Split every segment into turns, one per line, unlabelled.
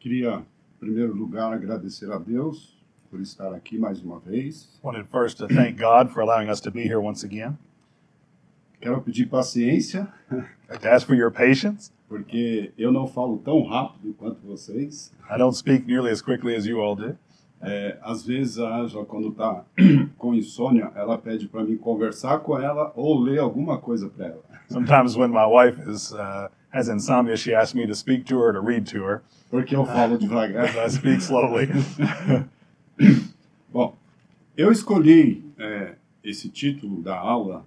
queria, em primeiro lugar, agradecer a Deus por estar aqui mais uma vez.
Wanted first to thank God for allowing us to be here once again.
Quero pedir paciência,
I'd like to ask for your patience.
porque eu não falo tão rápido quanto vocês.
I don't speak nearly as quickly as you all do.
É, às vezes a Anja, quando está com insônia, ela pede para mim conversar com ela ou ler alguma coisa para ela.
Sometimes when my wife is uh, has insomnia, she asks me to speak to her, to read to her,
Porque eu falo devagar.
as I Ah. speak slowly.
Bom, eu escolhi é, esse título da aula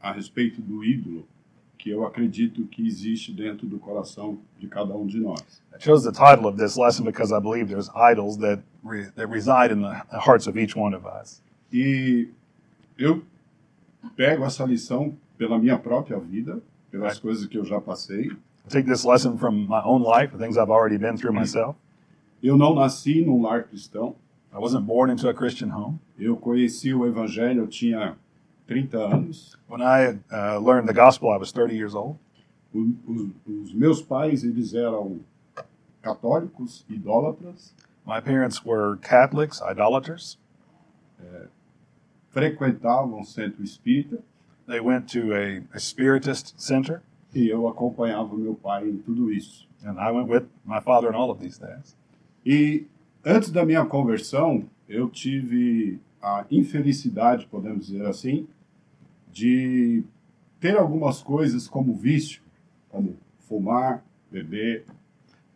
a respeito do ídolo que eu acredito que existe dentro do coração de cada um de nós.
I chose the title of this lesson because I believe there's idols that re- that reside in the the hearts of each one of us.
E eu pego essa lição pela minha própria vida, pelas coisas que eu já passei.
I take this lesson from my own life, the things I've already been through myself.
Eu não nasci num lar cristão.
I wasn't born into a Christian home.
Eu conheci o evangelho, eu tinha 30 anos.
When I uh, learned the gospel, I was 30 years old.
O, os, os meus pais, eles eram católicos, idólatras.
My parents were Catholics, idolaters.
frequentavam o centro espírita
They went to a, a spiritist center,
e eu acompanhava meu pai em tudo isso.
and I went with my father in all of these things.
E antes da minha conversão, eu tive a infelicidade, podemos dizer assim, de ter algumas coisas como vício, como fumar, beber,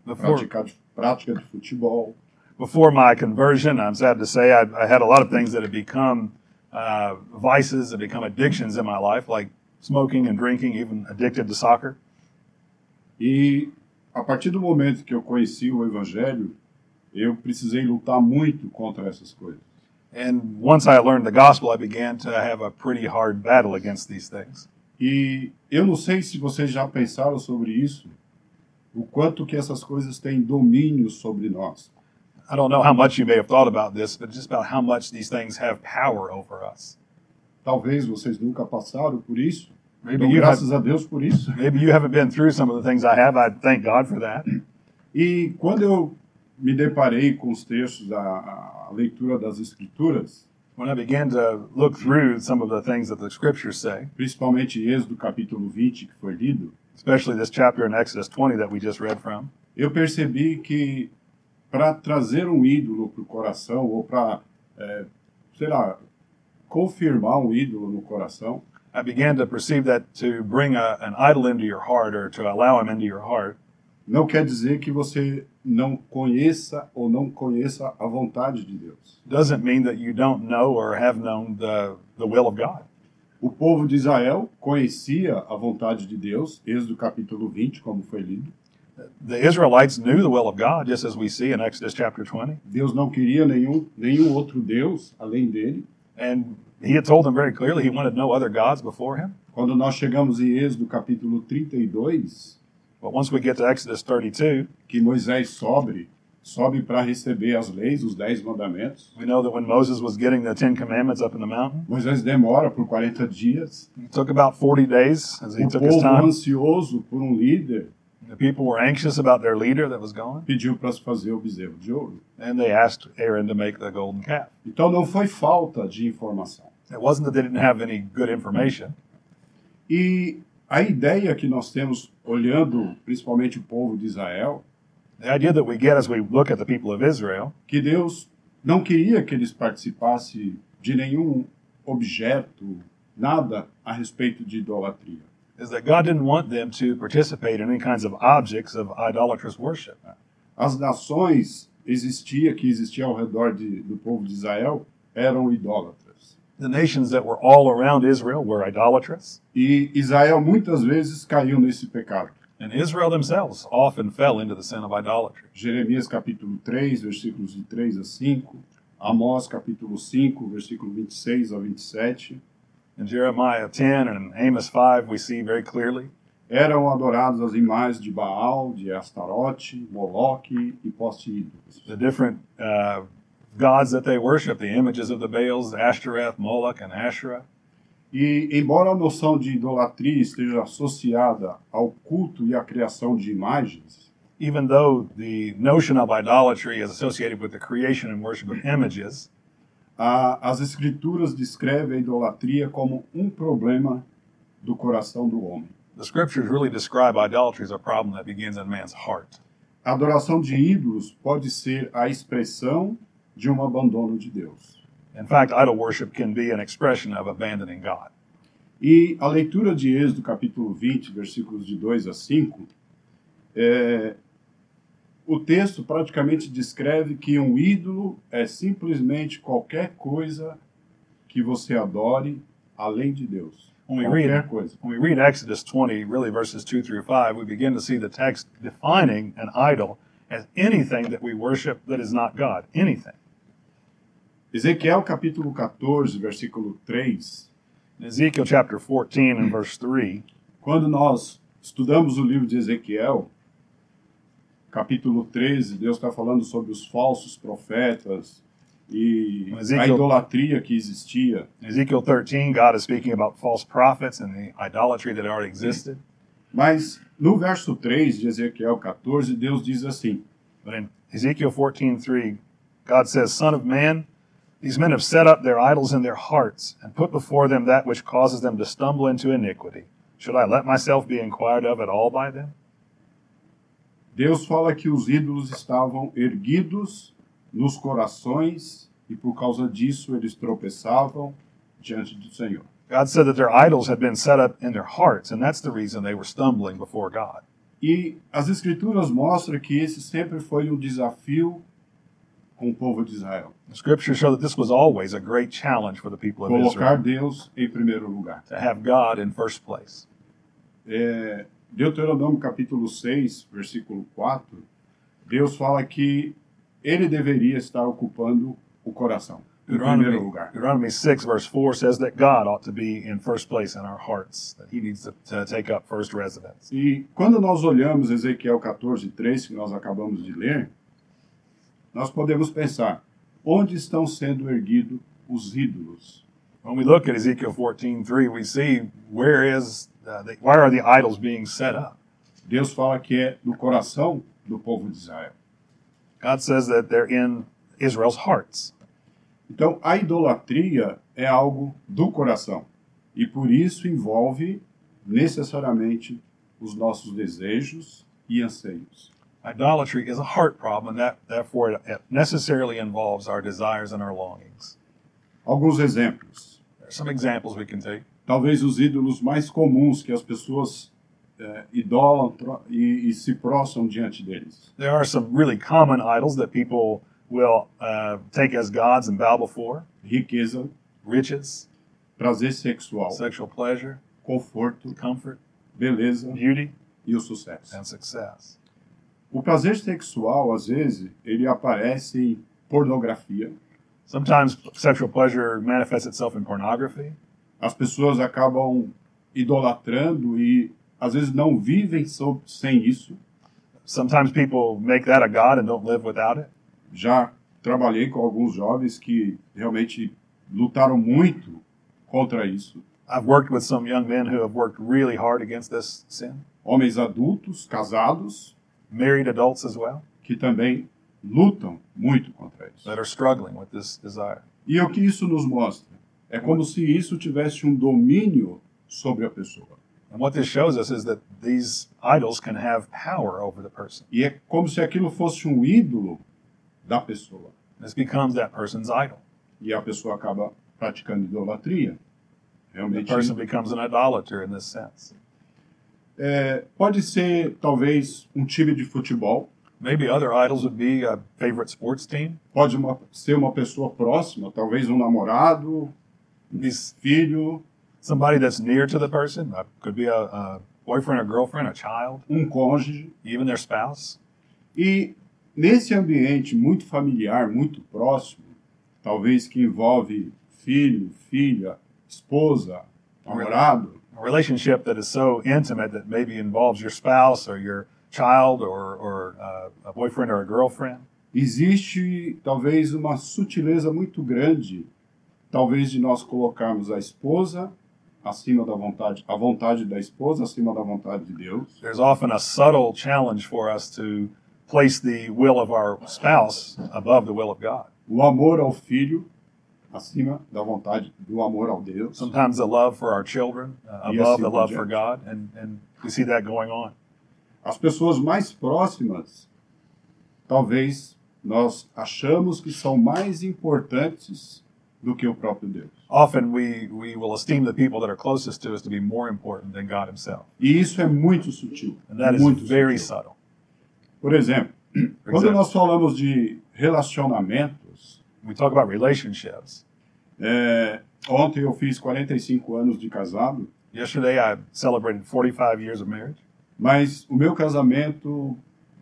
Before,
praticar de, prática de futebol.
before my conversion, I'm sad to say, I, I had a lot of things that had become uh, vices, that become addictions in my life, like smoking and drinking, even addicted to soccer.
E a partir do momento que eu conheci o evangelho, eu precisei lutar muito contra essas coisas.
And once I learned the gospel, I began to have a pretty hard battle against these things.
E eu não sei se vocês já pensaram sobre isso, o quanto que essas coisas têm domínio sobre nós.
I don't know how much you may have thought about this, but just about how much these things have power over us.
Talvez vocês nunca passaram por isso.
Maybe
Então,
you have,
graças a Deus por isso.
maybe you haven't been through some of the things I have. I thank God for that.
E quando eu me deparei com os textos, a, a leitura das Escrituras,
When I began to look through some of the things that the scriptures say,
principalmente Êxodo capítulo 20, que foi lido,
especially this chapter in Exodus 20 that we just read from,
eu percebi que para trazer um ídolo para o coração, ou para, sei lá, confirmar um ídolo no coração,
I began to perceive that to bring a, an idol into your heart or to allow him into your heart
não quer dizer que você não conheça ou não conheça a vontade de Deus.
doesn't mean that you don't know or have known the, the will of God.
O povo de Israel conhecia a vontade de Deus, Êxodo capítulo 20, como foi lido.
The Israelites knew the will of God, just as we see in Exodus chapter 20.
Deus não queria nenhum, nenhum outro Deus além dele.
And he had told them very clearly he wanted no other gods before him.
Quando nós chegamos em Êxodo capítulo 32,
But once we get to Exodus 32,
que Moisés sobe, sobe para receber as leis, os dez mandamentos.
we know that when Moses was getting the Ten Commandments up in the mountain,
Moisés demora por 40 dias.
it took about 40 days as he
O
took his
povo
time.
ansioso por um líder
The people were anxious about their leader that was gone,
pediu para se fazer o bezerro de ouro.
and they asked Aaron to make the golden calf.
Então não foi falta de informação.
It wasn't that they didn't have any good information.
E a ideia que nós temos olhando principalmente o povo de Israel,
The idea that we get as we look at the people of Israel
que Deus não queria que eles participassem de nenhum objeto, nada a respeito de idolatria.
is that God didn't want them to participate in any kinds of objects of idolatrous worship.
As nações existia que existia ao redor de, do povo de Israel eram idólatras.
The nations that were all around Israel were idolatrous,
E Israel muitas vezes caiu nesse pecado.
and Israel themselves often fell into the sin of idolatry.
Jeremias capítulo 3, versículos de 3 a 5, Amós capítulo 5, versículo 26 a 27,
In Jeremiah 10 and in Amos 5, we see very clearly
eram adorados as imagens de Baal, de Astarote, Moloque e poste ídolos.
the different uh, gods that they worship, the images of the Baals, Ashtoreth, Moloch, and Asherah.
E embora a noção de idolatria esteja associada ao culto e à criação de imagens,
even though the notion of idolatry is associated with the creation and worship of images,
A- as escrituras descrevem a idolatria como um problema do coração do homem.
the scriptures really describe idolatry as a problem that begins in man's heart.
A adoração de ídolos pode ser a expressão de um abandono de Deus.
In fact, idol worship can be an expression of abandoning God.
E a leitura de Êxodo, capítulo 20, versículos de 2 a 5, é, o texto praticamente descreve que um ídolo é simplesmente qualquer coisa que você adore além de Deus.
When we read
Qualquer coisa.
when we read Exodus 20, really verses 2 through 5, we begin to see the text defining an idol as anything that we worship that is not God, anything.
Ezequiel, capítulo 14, versículo 3,
In Ezekiel chapter 14 and verse 3,
Quando nós estudamos o livro de Ezequiel, capítulo 13, Deus está falando sobre os falsos profetas e
Ezequiel-
a idolatria que existia.
in Ezekiel 13, God is speaking about false prophets and the idolatry that already existed.
Mas no verso 3 de Ezequiel 14, Deus diz assim:
But in Ezekiel 14:3, God says, "Son of man, these men have set up their idols in their hearts and put before them that which causes them to stumble into iniquity. Should I let myself be inquired of at all by them?"
Deus fala que os ídolos estavam erguidos nos corações e por causa disso eles tropeçavam diante do Senhor.
God said that their idols had been set up in their hearts, and that's the reason they were stumbling before God.
E as escrituras mostram que esse sempre foi um desafio com o povo de Israel.
The scriptures show that this was always a great challenge for the people of
colocar
Israel
Deus em primeiro lugar.
to have God in first place.
É, Deuteronômio capítulo 6, versículo 4, Deus fala que ele deveria estar ocupando o coração em
Deuteronomy,
primeiro lugar.
Deuteronomy 6, verse 4 says that God ought to be in first place in our hearts, that He needs to, to take up first residence.
E quando nós olhamos Ezequiel 14, 3, que nós acabamos de ler, nós podemos pensar, onde estão sendo erguidos os ídolos?
When we look at Ezekiel 14, 3, we see where is uh, the, why are the idols being set up?
Deus fala que é no coração do povo de Israel.
God says that they're in Israel's hearts.
Então, a idolatria é algo do coração e por isso envolve necessariamente os nossos desejos e anseios.
Idolatry is a heart problem, and that, therefore it, it necessarily involves our desires and our longings.
Alguns exemplos.
There are some examples we can take.
Talvez os ídolos mais comuns que as pessoas eh, idolam e, e se prostram diante deles.
There are some really common idols that people will uh, take as gods and bow before
Riqueza,
riches,
prazer sexual,
sexual pleasure,
conforto,
comfort,
beleza
beauty,
e o sucesso.
and success.
O prazer sexual, às vezes, ele aparece em pornografia,
Sometimes sexual pleasure manifests itself in pornography.
as pessoas acabam idolatrando e às vezes não vivem so- sem isso.
Sometimes people make that a god and don't live without it.
Já trabalhei com alguns jovens que realmente lutaram muito contra isso.
I've worked with some young men who have worked really hard against this sin,
Homens adultos, casados,
married adults as well,
que também lutam muito contra isso.
that are struggling with this desire.
E é o que isso nos mostra? É como se isso tivesse um domínio sobre a pessoa.
And what this shows us is that these idols can have power over the person.
E é como se aquilo fosse um ídolo da pessoa.
This becomes that person's idol.
E a pessoa acaba praticando idolatria. Então,
The
Realmente
person becomes an idolater in this sense.
É, pode ser, talvez, um time de futebol,
Maybe other idols would be a favorite sports team,
pode uma- ser uma pessoa próxima, talvez um namorado,
be s-
filho,
somebody that's near to the person, uh, could be a, a boyfriend or girlfriend, a child,
um cônjuge.
even their spouse.
E nesse ambiente muito familiar, muito próximo, talvez que envolve filho, filha, esposa, namorado,
a relationship that is so intimate that maybe involves your spouse or your child or, or uh, a boyfriend or a girlfriend,
existe talvez uma sutileza muito grande, talvez de nós colocarmos a esposa acima da vontade, a vontade da esposa acima da vontade de Deus.
There's often a subtle challenge for us to place the will of our spouse above the will of God.
O amor ao filho acima da vontade do amor ao Deus.
Sometimes the love for our children uh,
Yes,
above the
you
love
reject.
for God, and, and we see that going on.
As pessoas mais próximas, talvez nós achamos que são mais importantes do que o próprio Deus.
Often we, we will esteem the people that are closest to us to be more important than God Himself.
E isso é muito sutil.
And that is
muito
very
sutil.
subtle.
Por exemplo,
For
quando
example,
nós falamos de relacionamentos,
we talk about relationships.
é, ontem eu fiz 45 anos de casado,
Yesterday I celebrated 45 years of marriage.
Mas o meu casamento,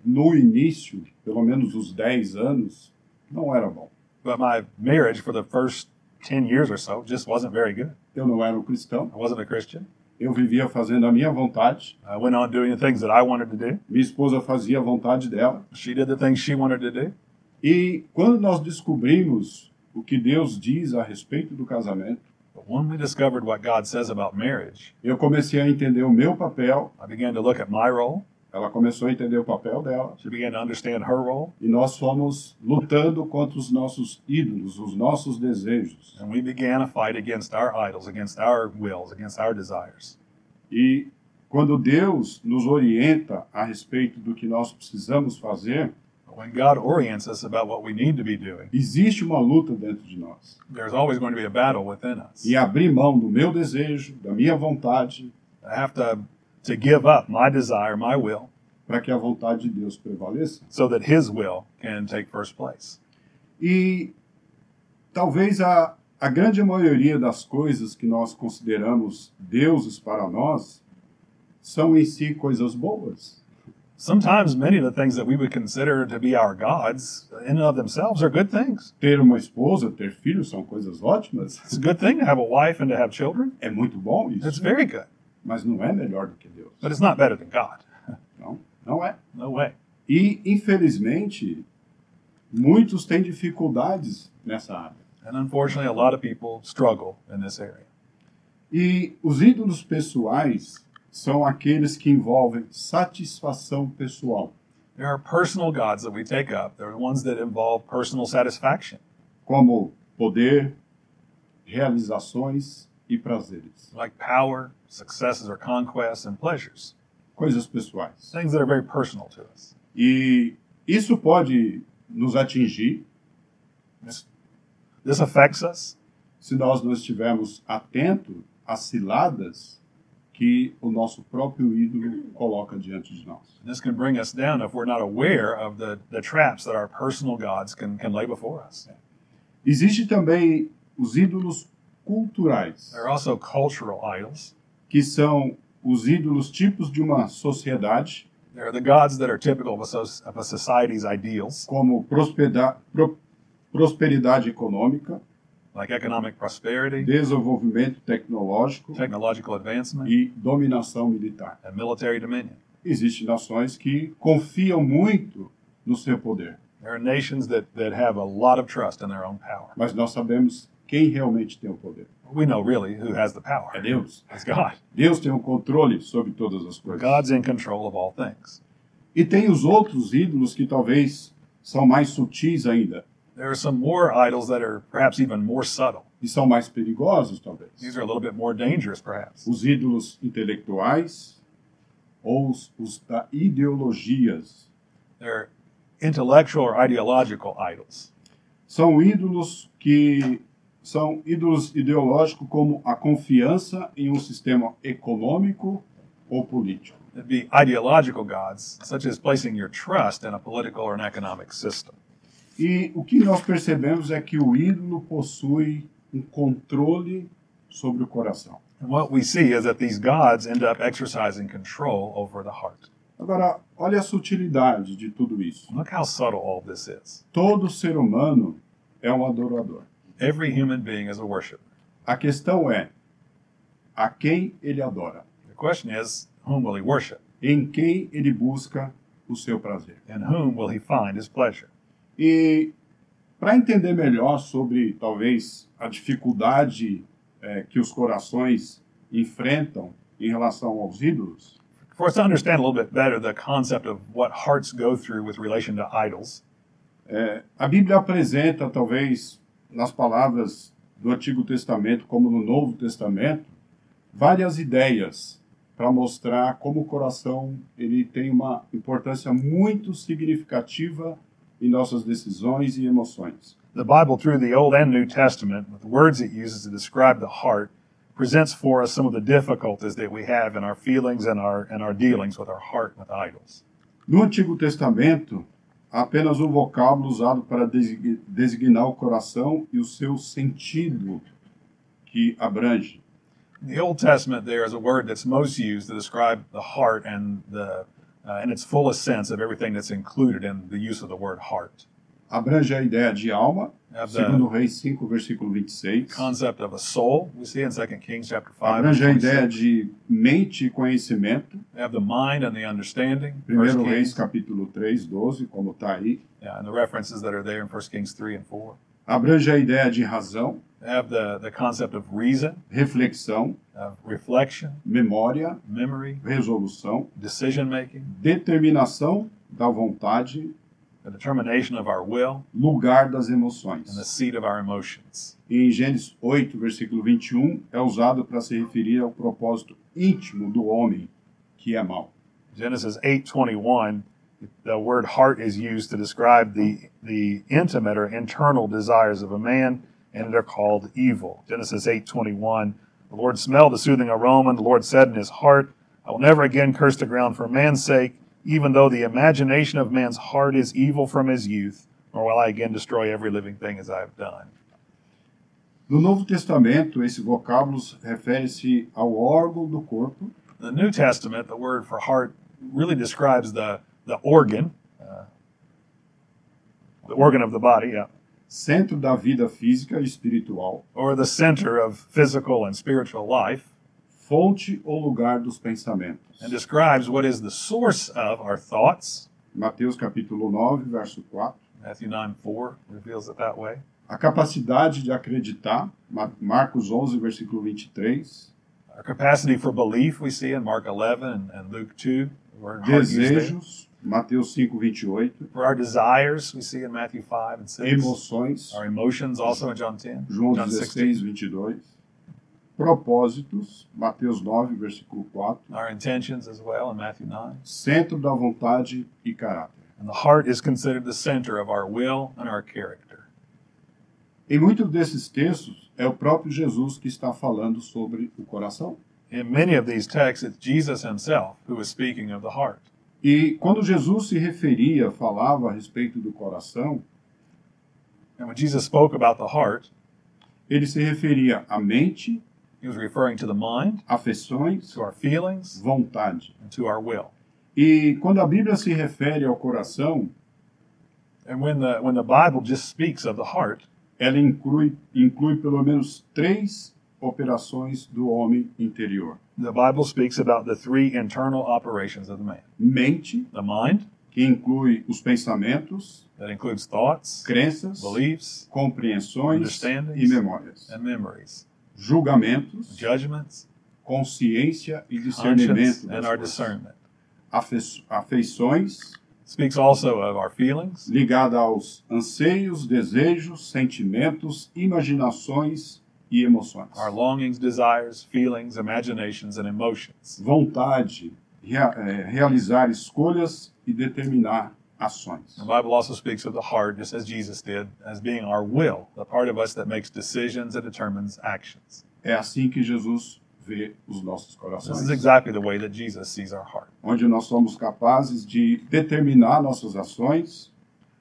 no início, pelo menos os 10 anos, não era bom.
But my marriage for the first 10 years or so just wasn't very good.
Eu não era um cristão,
I wasn't a Christian.
eu vivia fazendo a minha vontade,
I went on doing the things that I wanted to do.
minha esposa fazia a vontade dela.
She did the things she wanted to do.
E quando nós descobrimos o que Deus diz a respeito do casamento,
But when we discovered what God says about marriage,
eu comecei a entender o meu papel,
I began to look at my role.
ela começou a entender o papel dela,
She began to understand her role.
e nós fomos lutando contra os nossos ídolos, os nossos desejos.
And we began a fight against our idols, against our wills, against our desires.
E quando Deus nos orienta a respeito do que nós precisamos fazer,
But when God orients us about what we need to be doing,
existe uma luta dentro de nós.
there's always going to be a battle within us.
E abrir mão do meu desejo, da minha vontade,
I have to, to give up my desire, my will,
para que a vontade de Deus prevaleça.
so that His will can take first place.
E talvez a, a grande maioria das coisas que nós consideramos deuses para nós são em si coisas boas.
Sometimes many of the things that we would consider to be our gods, in and of themselves, are good things.
Ter uma esposa, ter filhos são coisas ótimas.
It's a good thing to have a wife and to have children.
É muito bom
It's
isso,
very good,
mas não é melhor do que Deus.
but it's not better than God.
Não, não é.
No way.
E, infelizmente, muitos têm dificuldades nessa área.
And unfortunately, a lot of people struggle in this area.
E os ídolos pessoais são aqueles que envolvem satisfação pessoal,
There are personal gods that we take up. There are ones that involve personal satisfaction,
como poder, realizações e prazeres.
like power, successes or conquests, and pleasures.
Coisas pessoais.
Things that are very personal to us.
E isso pode nos atingir
This affects us
se nós não estivermos atentos às ciladas que o nosso próprio ídolo coloca diante de nós.
And This can bring us down if we're not aware of the, the traps that our personal gods can, can lay before us.
Existe também os ídolos culturais,
There are also cultural idols.
que são os ídolos tipos de uma sociedade,
There are the gods that are typical of a, soc- of a society's ideals,
como prospeda- pro- prosperidade econômica,
like economic prosperity,
desenvolvimento tecnológico
technological advancement,
e dominação militar.
and military dominion.
Existem nações que confiam muito no seu poder,
There are nations that, that have a lot of trust in their own power.
mas nós sabemos quem realmente tem o poder.
We know really who has the power.
É Deus.
It's God.
Deus tem o controle sobre todas as coisas.
God's in control of all things.
E tem os outros ídolos que talvez são mais sutis ainda,
There are some more idols that are perhaps even more subtle.
e são mais perigosos, talvez.
These are a little bit more dangerous, perhaps.
Os ídolos intelectuais ou os, os da ideologias.
They're intellectual or ideological idols.
São ídolos que são ídolos ideológicos como a confiança em um sistema econômico ou político.
It'd be ideological gods, such as placing your trust in a political or an economic system.
E o que nós percebemos é que o ídolo possui um controle sobre o coração.
And what we see is that these gods end up exercising control over the heart.
Agora, olha a sutilidade de tudo isso.
Look how subtle all this is.
Todo ser humano é um adorador.
Every human being is a worshiper.
A questão é a quem ele adora.
The question is, whom will he worship?
em quem ele busca o seu prazer.
In whom will he find his pleasure?
E para entender melhor sobre talvez a dificuldade eh, que os é, corações enfrentam em relação aos ídolos,
For us to understand a little bit better the concept of what hearts go through with relation to idols,
é, a Bíblia apresenta, talvez, nas palavras do Antigo Testamento como no Novo Testamento, várias ideias para mostrar como o coração ele tem uma importância muito significativa em nossas decisões e emoções.
the Bible, through the Old and New Testament, with the words it uses to describe the heart, presents for us some of the difficulties that we have in our feelings and our, and our dealings with our heart and with idols.
No Antigo Testamento, há apenas um vocábulo usado para design- designar o coração e o seu sentido que abrange.
In the Old Testament, there is a word that's most used to describe the heart and the uh, in its fullest sense of everything that's included in the use of the word heart.
Abrange a ideia de alma,
Of
segundo
the
Reis 5, versículo 26.
concept of a soul, we see in 2 Kings chapter 5. verse
Abrange a ideia
26.
de mente e conhecimento,
We have the mind and the understanding, 1
primeiro Reis
Kings,
capítulo 3, 12, como está aí.
yeah, and the references that are there in 1 Kings 3 and 4.
Abrange a ideia de razão,
We have the, the concept of reason,
reflexão,
of reflection,
memória,
memory,
resolução,
decision making,
determinação da vontade,
the determination of our will,
lugar das emoções.
and the seat of our emotions.
em Gênesis 8, versículo 21, é usado para se referir ao propósito íntimo do homem, que é mau.
Genesis 8:21, the word heart is used to describe the the intimate or internal desires of a man, and they're called evil. Genesis 8:21, the Lord smelled a soothing aroma, and the Lord said in his heart, I will never again curse the ground for man's sake, even though the imagination of man's heart is evil from his youth, nor will I again destroy every living thing as I have done.
No Novo Testamento, esse vocábulo refere-se ao órgão do corpo,
In the New Testament, the word for heart really describes the the organ, uh, the organ of the body, yeah.
centro da vida física e espiritual,
or the center of physical and spiritual life,
fonte ou lugar dos pensamentos.
and describes what is the source of our thoughts.
Mateus capítulo 9, verso 4.
Matthew 9 4 reveals it that way.
A capacidade de acreditar, Ma- Marcos 11, versículo 23.
Our capacity for belief we see in Mark 11 and, and Luke 2. the word heart used there.
Desejos, Mateus 5, 28.
For our desires we see in Matthew 5 and 6.
Emoções,
Our emotions also in John 10.
João
John
16,
16.
22. Propósitos, Mateus 9, versículo 4.
Our intentions as well in Matthew 9.
Centro da vontade e caráter.
And the heart is considered the center of our will and our character.
Em muitos desses textos, é o próprio Jesus que está falando sobre o coração.
In many of these texts, it's Jesus himself who is speaking of the heart.
E quando Jesus se referia, falava a respeito do coração,
And when Jesus spoke about the heart,
ele se referia à mente,
he was referring to the mind,
afeições,
to our feelings,
vontade.
and to our will.
E quando a Bíblia se refere ao coração,
And when the when the Bible just speaks of the heart,
ela inclui, inclui pelo menos três operações do homem interior:
the Bible speaks about the three internal operations of the man.
mente,
The mind,
que inclui os pensamentos,
that includes thoughts,
crenças,
beliefs,
compreensões
Understandings.
e memórias,
and memories,
julgamentos,
judgments,
consciência e
conscience,
discernimento, das
and our
coisas.
discernment.
Afe- afeições
Speaks also of our feelings,
ligada aos anseios, desejos, sentimentos, imaginações e emoções,
our longings, desires, feelings, imaginations, and emotions.
vontade, rea- eh, realizar escolhas e determinar ações.
The Bible also speaks of the heart, just as Jesus did, as being our will, the part of us that makes decisions and determines actions.
É assim que Jesus vê os nossos
This
corações.
is exactly the way that Jesus sees our heart.
onde nós somos capazes de determinar nossas ações,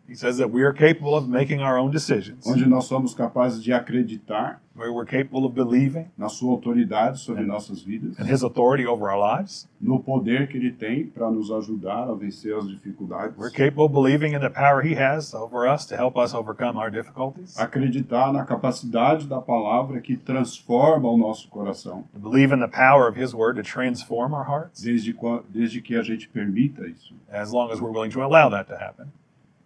He says that we are capable of making our own decisions,
onde nós somos capazes de acreditar
where we're capable of believing
na sua autoridade sobre nossas vidas,
in His authority over our lives.
no poder que ele tem para nos ajudar a vencer as
We're
dificuldades,
capable of believing in the power He has over us to help us overcome our difficulties.
acreditar na capacidade da palavra que transforma o nosso coração,
We believe in the power of His Word to transform our hearts,
desde, qua- desde que a gente permita isso.
as long as we're willing to allow that to happen.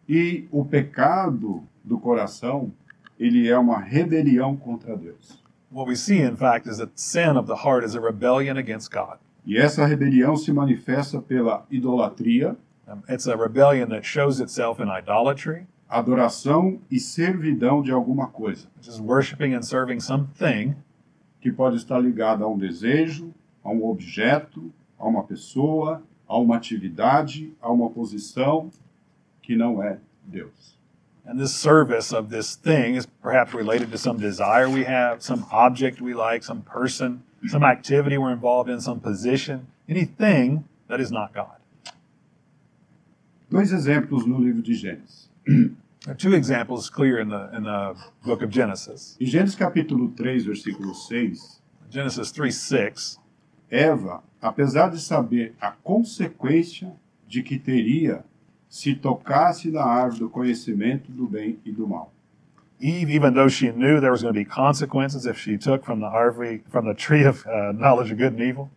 E o pecado do coração, ele é uma rebelião contra Deus.
What we see, in fact, is that sin of the heart is a rebellion against God.
E essa rebelião se manifesta pela idolatria,
Um, It's a rebellion that shows itself in idolatry,
adoração e servidão de alguma coisa,
which is worshiping and serving something,
que pode estar ligada a um desejo, a um objeto, a uma pessoa, a uma atividade, a uma posição que não é Deus.
and this service of this thing is perhaps related to some desire we have, some object we like, some person, some activity we're involved in, some position, anything that is not God.
Dois exemplos no livro de Gênesis.
There are two examples clear in the in the book of Genesis.
Em Gênesis capítulo 3, versículo 6,
Genesis 3 6.
Eva, apesar de saber a consequência de que teria se tocasse na árvore do conhecimento do bem e do mal.
Eve, even though she knew there was going to be consequences if she took from the arvy, from the tree of uh, knowledge of good and evil,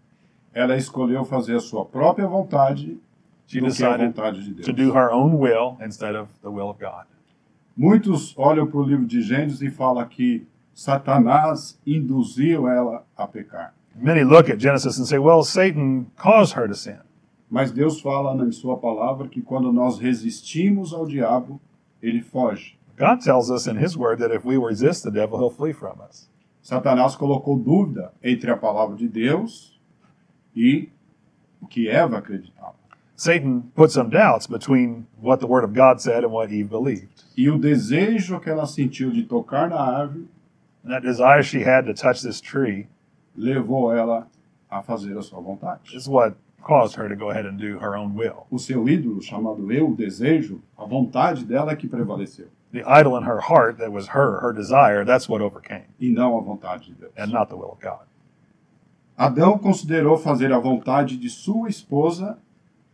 Ela escolheu fazer a sua própria vontade
she
do que a
decided
vontade de Deus.
to do her own will instead of the will of God.
Muitos olham para o livro de Gênesis e falam que Satanás induziu ela a pecar.
Many look at Genesis and say, "Well, Satan caused her to sin,"
Mas Deus fala em sua palavra que quando nós resistimos ao diabo, ele foge.
God tells us in His Word that if we resist the devil, he'll flee from us.
Satanás colocou dúvida entre a palavra de Deus e o que Eva acreditava.
Satan put some doubts between what the Word of God said and what Eve believed.
E o desejo que ela sentiu de tocar na árvore
And that desire she had to touch this tree
levou ela a fazer a sua vontade.
is what caused her to go ahead and do her own will.
O seu ídolo, chamado eu, o desejo, a vontade dela é que prevaleceu,
The idol in her heart that was her, her desire, that's what overcame,
e não a vontade de Deus.
and not the will of God.
Adão considerou fazer a vontade de sua esposa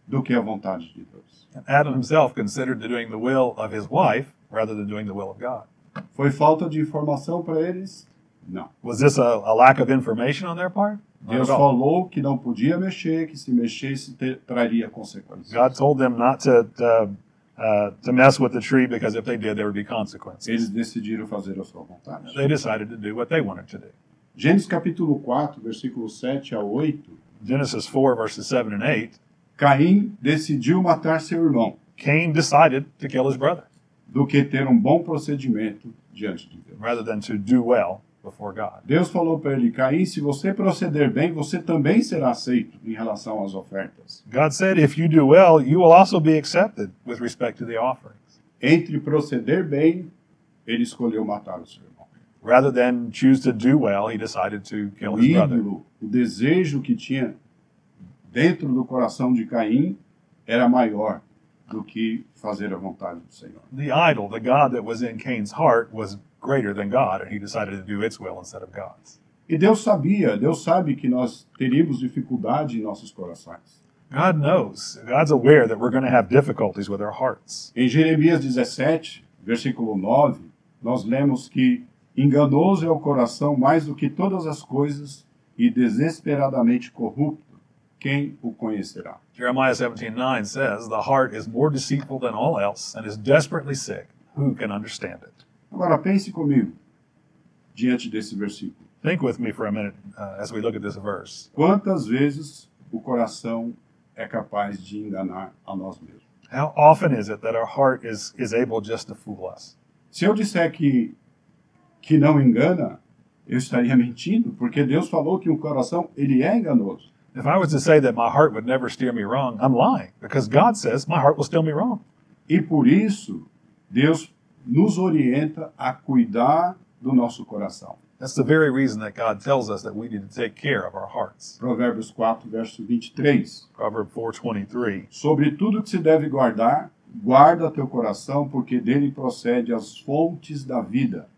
do que a vontade de Deus.
And Adam himself considered doing the will of his wife rather than doing the will of God.
Foi falta de informação para eles? Não.
Was this a, a lack of information on their part? Not
Deus
at all.
falou que não podia mexer, que se mexesse te- traria consequências.
God told them not to, to, uh, to mess with the tree because if they did, there would be consequences.
Eles decidiram fazer a sua vontade.
They decided to do what they wanted to do.
Gênesis capítulo 4, versículo 7 a 8.
Genesis 4, verses 7 and 8
Caim decidiu matar seu irmão
Cain decided to kill his brother
do que ter um bom procedimento diante de Deus.
rather than to do well before God.
Deus falou para ele, Caim, se você proceder bem, você também será aceito em relação às ofertas.
God said, If you do well, you will also be accepted with respect to the offerings.
Entre proceder bem, ele escolheu matar o seu irmão.
Rather than choose to do well, he decided to kill
O
his brother.
ídolo, o desejo que tinha dentro do coração de Caim era maior do que fazer a vontade do Senhor.
The idol, the God that was in Cain's heart, was greater than God, and he decided to do its will instead of God's.
E Deus sabia, Deus sabe que nós teríamos dificuldade em nossos corações.
God knows. God's aware that we're going to have difficulties with our hearts.
Em Jeremias 17, versículo 9, nós lemos que enganoso é o coração mais do que todas as coisas e desesperadamente corrupto. Quem o conhecerá?
Jeremiah 17 9 says, The heart is more deceitful than all else and is desperately sick. Who can understand it?
Agora pense comigo diante desse versículo.
Think with me for a minute uh, as we look at this verse.
Quantas vezes o coração é capaz de enganar a nós mesmos?
How often is it that our heart is, is able just to fool us?
Se eu disser que que não engana, eu estaria mentindo, porque Deus falou que o coração ele é enganoso.
If I was to say that my heart would never steer me wrong, I'm lying because God says my heart will steer me wrong.
E por isso Deus nos orienta a cuidar do nosso coração.
That's the very reason that God tells us that we need to take care of our hearts.
Provérbios 4, verso 23.
Proverb 4:23.
Sobre tudo que se deve guardar, guarda teu coração, porque dele procede as fontes da vida.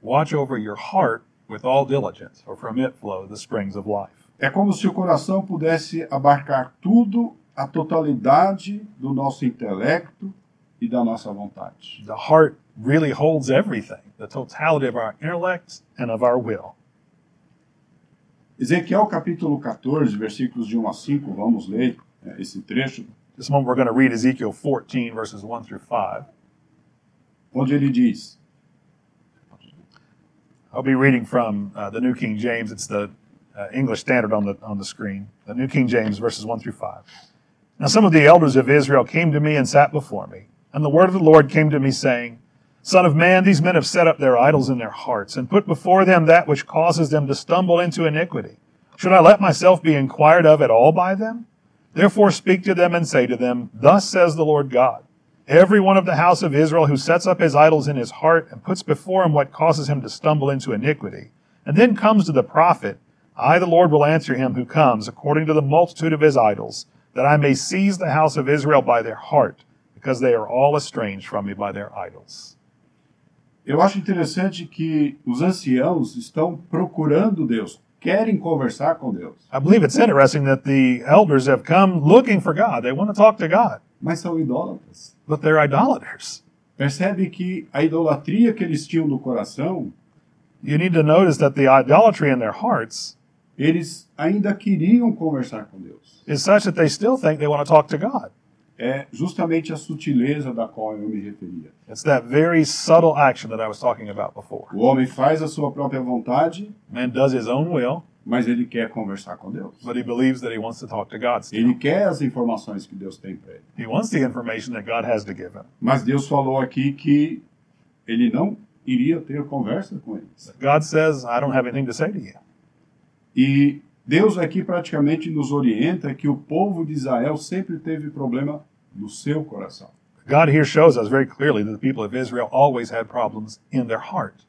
Watch over your heart with all diligence, for from it flow the springs of life.
É como se o coração pudesse abarcar tudo, a totalidade do nosso intelecto e da nossa vontade.
The heart really holds everything, the totality of our intellect and of our will.
Ezequiel capítulo 14, versículos de 1 a 5, vamos ler eh, esse trecho,
This moment we're going to read Ezekiel 14 verses 1 through 5.
onde ele diz:
I'll be reading from uh, the New King James. It's the uh, English Standard on the, on the screen, the New King James, verses 1 through 5. Now some of the elders of Israel came to me and sat before me. And the word of the Lord came to me, saying, Son of man, these men have set up their idols in their hearts, and put before them that which causes them to stumble into iniquity. Should I let myself be inquired of at all by them? Therefore speak to them and say to them, Thus says the Lord God, Every one of the house of Israel who sets up his idols in his heart and puts before him what causes him to stumble into iniquity, and then comes to the prophet, I, the Lord, will answer him who comes according to the multitude of his idols, that I may seize the house of Israel by their heart, because they are all estranged from me by their idols.
Eu acho interessante que os anciãos estão procurando Deus, querem conversar com Deus,
I believe it's interesting that the elders have come looking for God. They want to talk to God,
mas são idólatras.
but they're idolaters.
Percebe que a idolatria que eles tinham no coração,
You need to notice that the idolatry in their hearts
eles ainda queriam conversar com Deus.
is such that they still think they want to talk to God.
É justamente a sutileza da qual eu me referia.
It's that very subtle action that I was talking about before.
O homem faz a sua própria vontade,
Man does his own will,
mas ele quer conversar com Deus.
but he believes that he wants to talk to God still.
Ele quer as informações que Deus tem para ele.
He wants the information that God has to give him.
Mas Deus falou aqui que ele não iria ter conversa com eles.
God says, I don't have anything to say to you.
E Deus aqui praticamente nos orienta que o povo de Israel sempre teve problema no seu coração.
God here shows us very clearly that the people of Israel always had problems in their heart.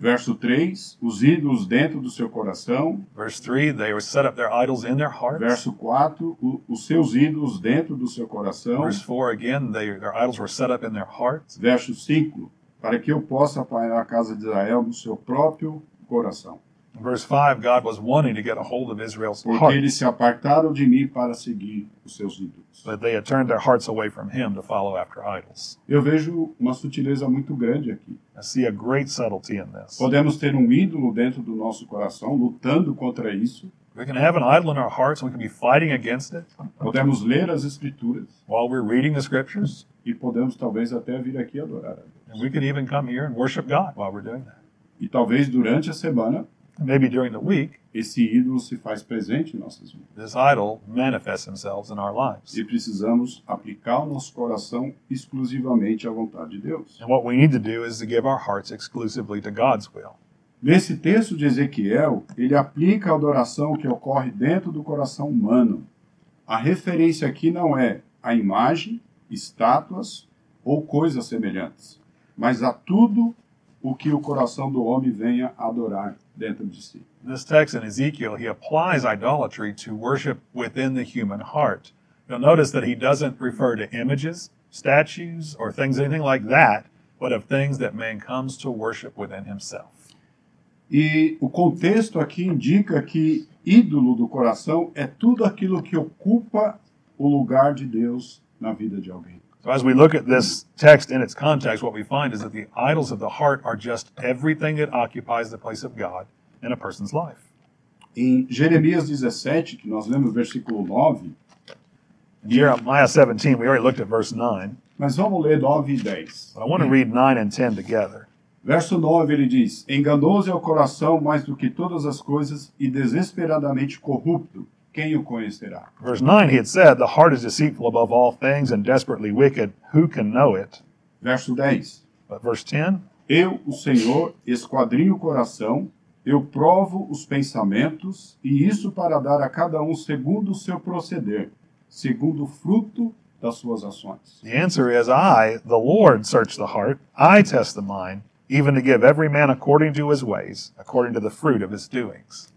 Verso 3, os ídolos dentro do seu coração.
Verse 3, they were set up their idols in their hearts.
Verso 4, o- os seus ídolos dentro do seu coração.
Verse 4, again, they, their idols were set up in their hearts.
Verso 5, para que eu possa apanhar a casa de Israel no seu próprio coração.
Verse 5, God was wanting to get a hold of Israel's
Porque
heart,
eles se apartaram de mim para seguir os seus ídolos.
but they had turned their hearts away from him to follow after idols.
Eu vejo uma sutileza muito grande aqui.
I see a great subtlety in this.
Podemos ter um ídolo dentro do nosso coração, lutando contra isso.
We can have an idol in our hearts and we can be fighting against it
Podemos ler as Escrituras
while we're reading the scriptures,
e podemos talvez até vir aqui adorar a Deus.
and we could even come here and worship God while we're doing that.
E talvez durante a semana
And maybe during the week,
esse ídolo se faz presente em nossas vidas.
this idol manifests themselves in our lives.
E precisamos aplicar o nosso coração exclusivamente à vontade de Deus.
And what we need to do is to give our hearts exclusively to God's will.
Nesse texto de Ezequiel, ele aplica a adoração que ocorre dentro do coração humano. A referência aqui não é a imagem, estátuas ou coisas semelhantes, mas a tudo o que o coração do homem venha adorar dentro de si.
This text in Ezekiel, he applies idolatry to worship within the human heart. You'll notice that he doesn't refer to images, statues, or things, anything like that, but of things that man comes to worship within himself.
E o contexto aqui indica que ídolo do coração é tudo aquilo que ocupa o lugar de Deus na vida de alguém.
So, as we look at this text in its context, what we find is that the idols of the heart are just everything that occupies the place of God in a person's life.
Em Jeremias 17, que nós lemos versículo 9,
In Jeremiah 17, we already looked at verse 9,
Mas vamos ler 9 e 10.
but I want to read 9 and 10 together.
Verso 9 ele diz: Enganoso é o coração mais do que todas as coisas e desesperadamente corrupto. Quem o conhecerá?
Verse 9, he had said, The heart is deceitful above all things and desperately wicked. Who can know it?
Verso 10:
But verse 10,
Eu, o Senhor, esquadrinho o coração, eu provo os pensamentos, e isso para dar a cada um segundo o seu proceder, segundo o fruto das suas ações.
the answer is, I, the Lord, search the heart. I test the mind, even to give every man according to his ways, according to the fruit of his doings.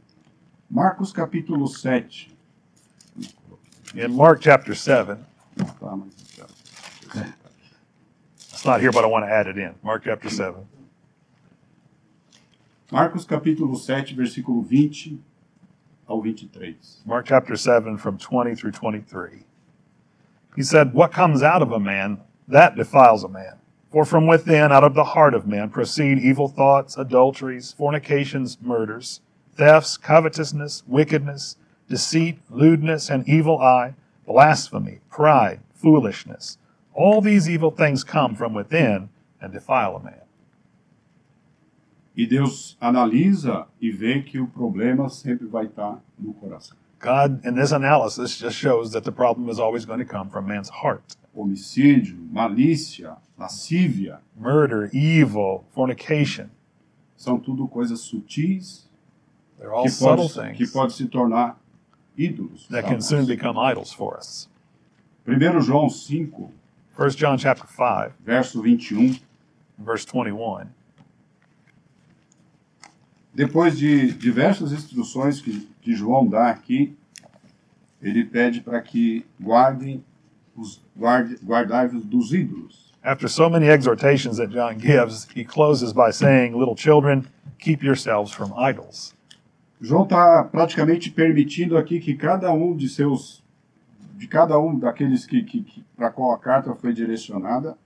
Marcos capítulo 7.
In Mark chapter 7,
Tá, mas já-
it's not here, but I want to add it in. Mark chapter 7.
Marcos capítulo 7, versículo 20 ao 23.
Mark chapter 7, from 20 through 23. He said, What comes out of a man, that defiles a man. For from within, out of the heart of man, proceed evil thoughts, adulteries, fornications, murders, thefts, covetousness, wickedness, deceit, lewdness, an evil eye, blasphemy, pride, foolishness. All these evil things come from within and defile a man.
E Deus analisa e vê que o problema sempre vai estar no coração.
God, in this analysis, just shows that the problem is always going to come from man's heart.
Homicídio, malícia, lascívia,
Murder, evil, fornication,
são tudo coisas sutis
they're all
que
subtle
pode,
things
que pode se tornar ídolos.
that can soon become idols for us.
1 João 5,
1 John chapter 5,
verso 21.
verse 21.
Depois de diversas instruções que, que João dá aqui, ele pede para que guardem os guarde, guardai dos ídolos.
After so many exhortations that John gives, he closes by saying, Little children, keep yourselves from idols.
João está praticamente permitindo aqui que cada um de seus de cada um daqueles que, que, que para qual a carta foi direcionada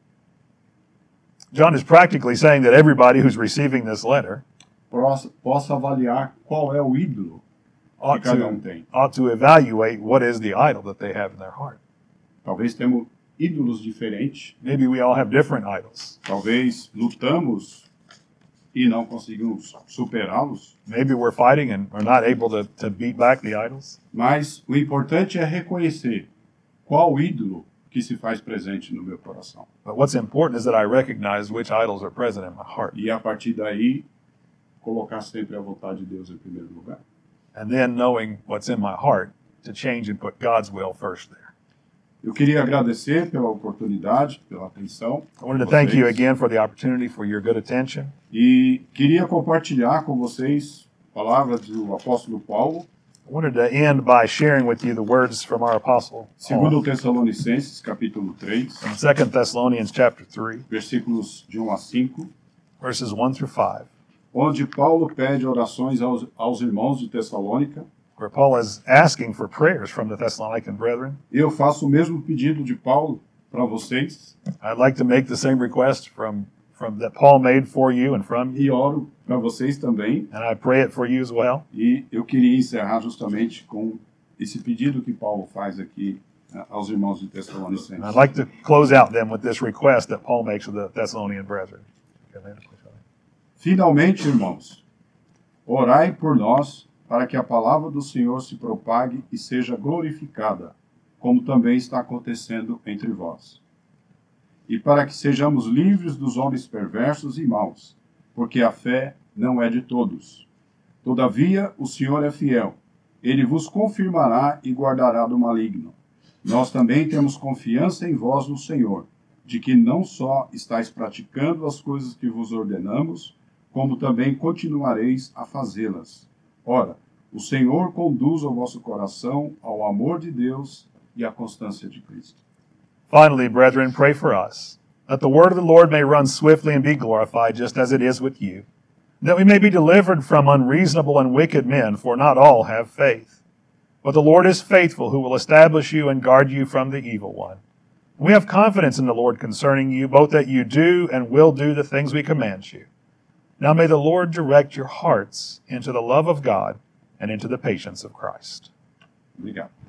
John is practically saying that everybody who's receiving this letter
possa, possa avaliar qual é o ídolo que
ought
cada um
to,
tem.
ought to evaluate what is the idol that they have in their heart.
Talvez temos ídolos diferentes,
Maybe we all have different idols.
talvez lutamos e não conseguimos superá-los.
Maybe we're fighting and are not able to, to beat back the idols.
Mas o importante é reconhecer qual ídolo que se faz presente no meu coração.
But what's important is that I recognize which idols are present in my heart.
E a partir daí, colocar sempre a vontade de Deus em primeiro lugar.
And then knowing what's in my heart to change and put God's will first there.
Eu queria agradecer pela oportunidade, pela atenção.
I wanted to thank you
Vocês.
again for the opportunity, for your good attention.
E queria compartilhar com vocês palavras do apóstolo Paulo,
I wanted to end by sharing with you the words from our apostle
segundo
Paul
Tessalonicenses, capítulo 3,
from 2 Thessalonians chapter 3,
versículos de 1 a 5,
verses 1 through 5,
onde Paulo pede orações aos, aos irmãos de Tessalônica.
where Paul is asking for prayers from the Thessalonican brethren.
Eu faço o mesmo pedido de Paulo para vocês.
I'd like to make the same request from, from that Paul made for you and from you,
e oro para vocês também.
and I pray it for you as well.
E eu queria encerrar justamente com esse pedido que Paulo faz aqui eh, aos irmãos de Tessalonicenses.
And I'd like to close out then with this request that Paul makes of the Thessalonian brethren.
Finalmente, irmãos, orai por nós para que a palavra do Senhor se propague e seja glorificada, como também está acontecendo entre vós. E para que sejamos livres dos homens perversos e maus, porque a fé não é de todos. Todavia, o Senhor é fiel. Ele vos confirmará e guardará do maligno. Nós também temos confiança em vós no Senhor, de que não só estáis praticando as coisas que vos ordenamos, como também continuareis a fazê-las. Ora, o Senhor conduz o vosso coração ao amor de Deus e à constância de Cristo.
Finally, brethren, pray for us, that the word of the Lord may run swiftly and be glorified, just as it is with you, that we may be delivered from unreasonable and wicked men, for not all have faith. But the Lord is faithful, who will establish you and guard you from the evil one. We have confidence in the Lord concerning you, both that you do and will do the things we command you. Now may the Lord direct your hearts into the love of God and into the patience of Christ.
Obrigado.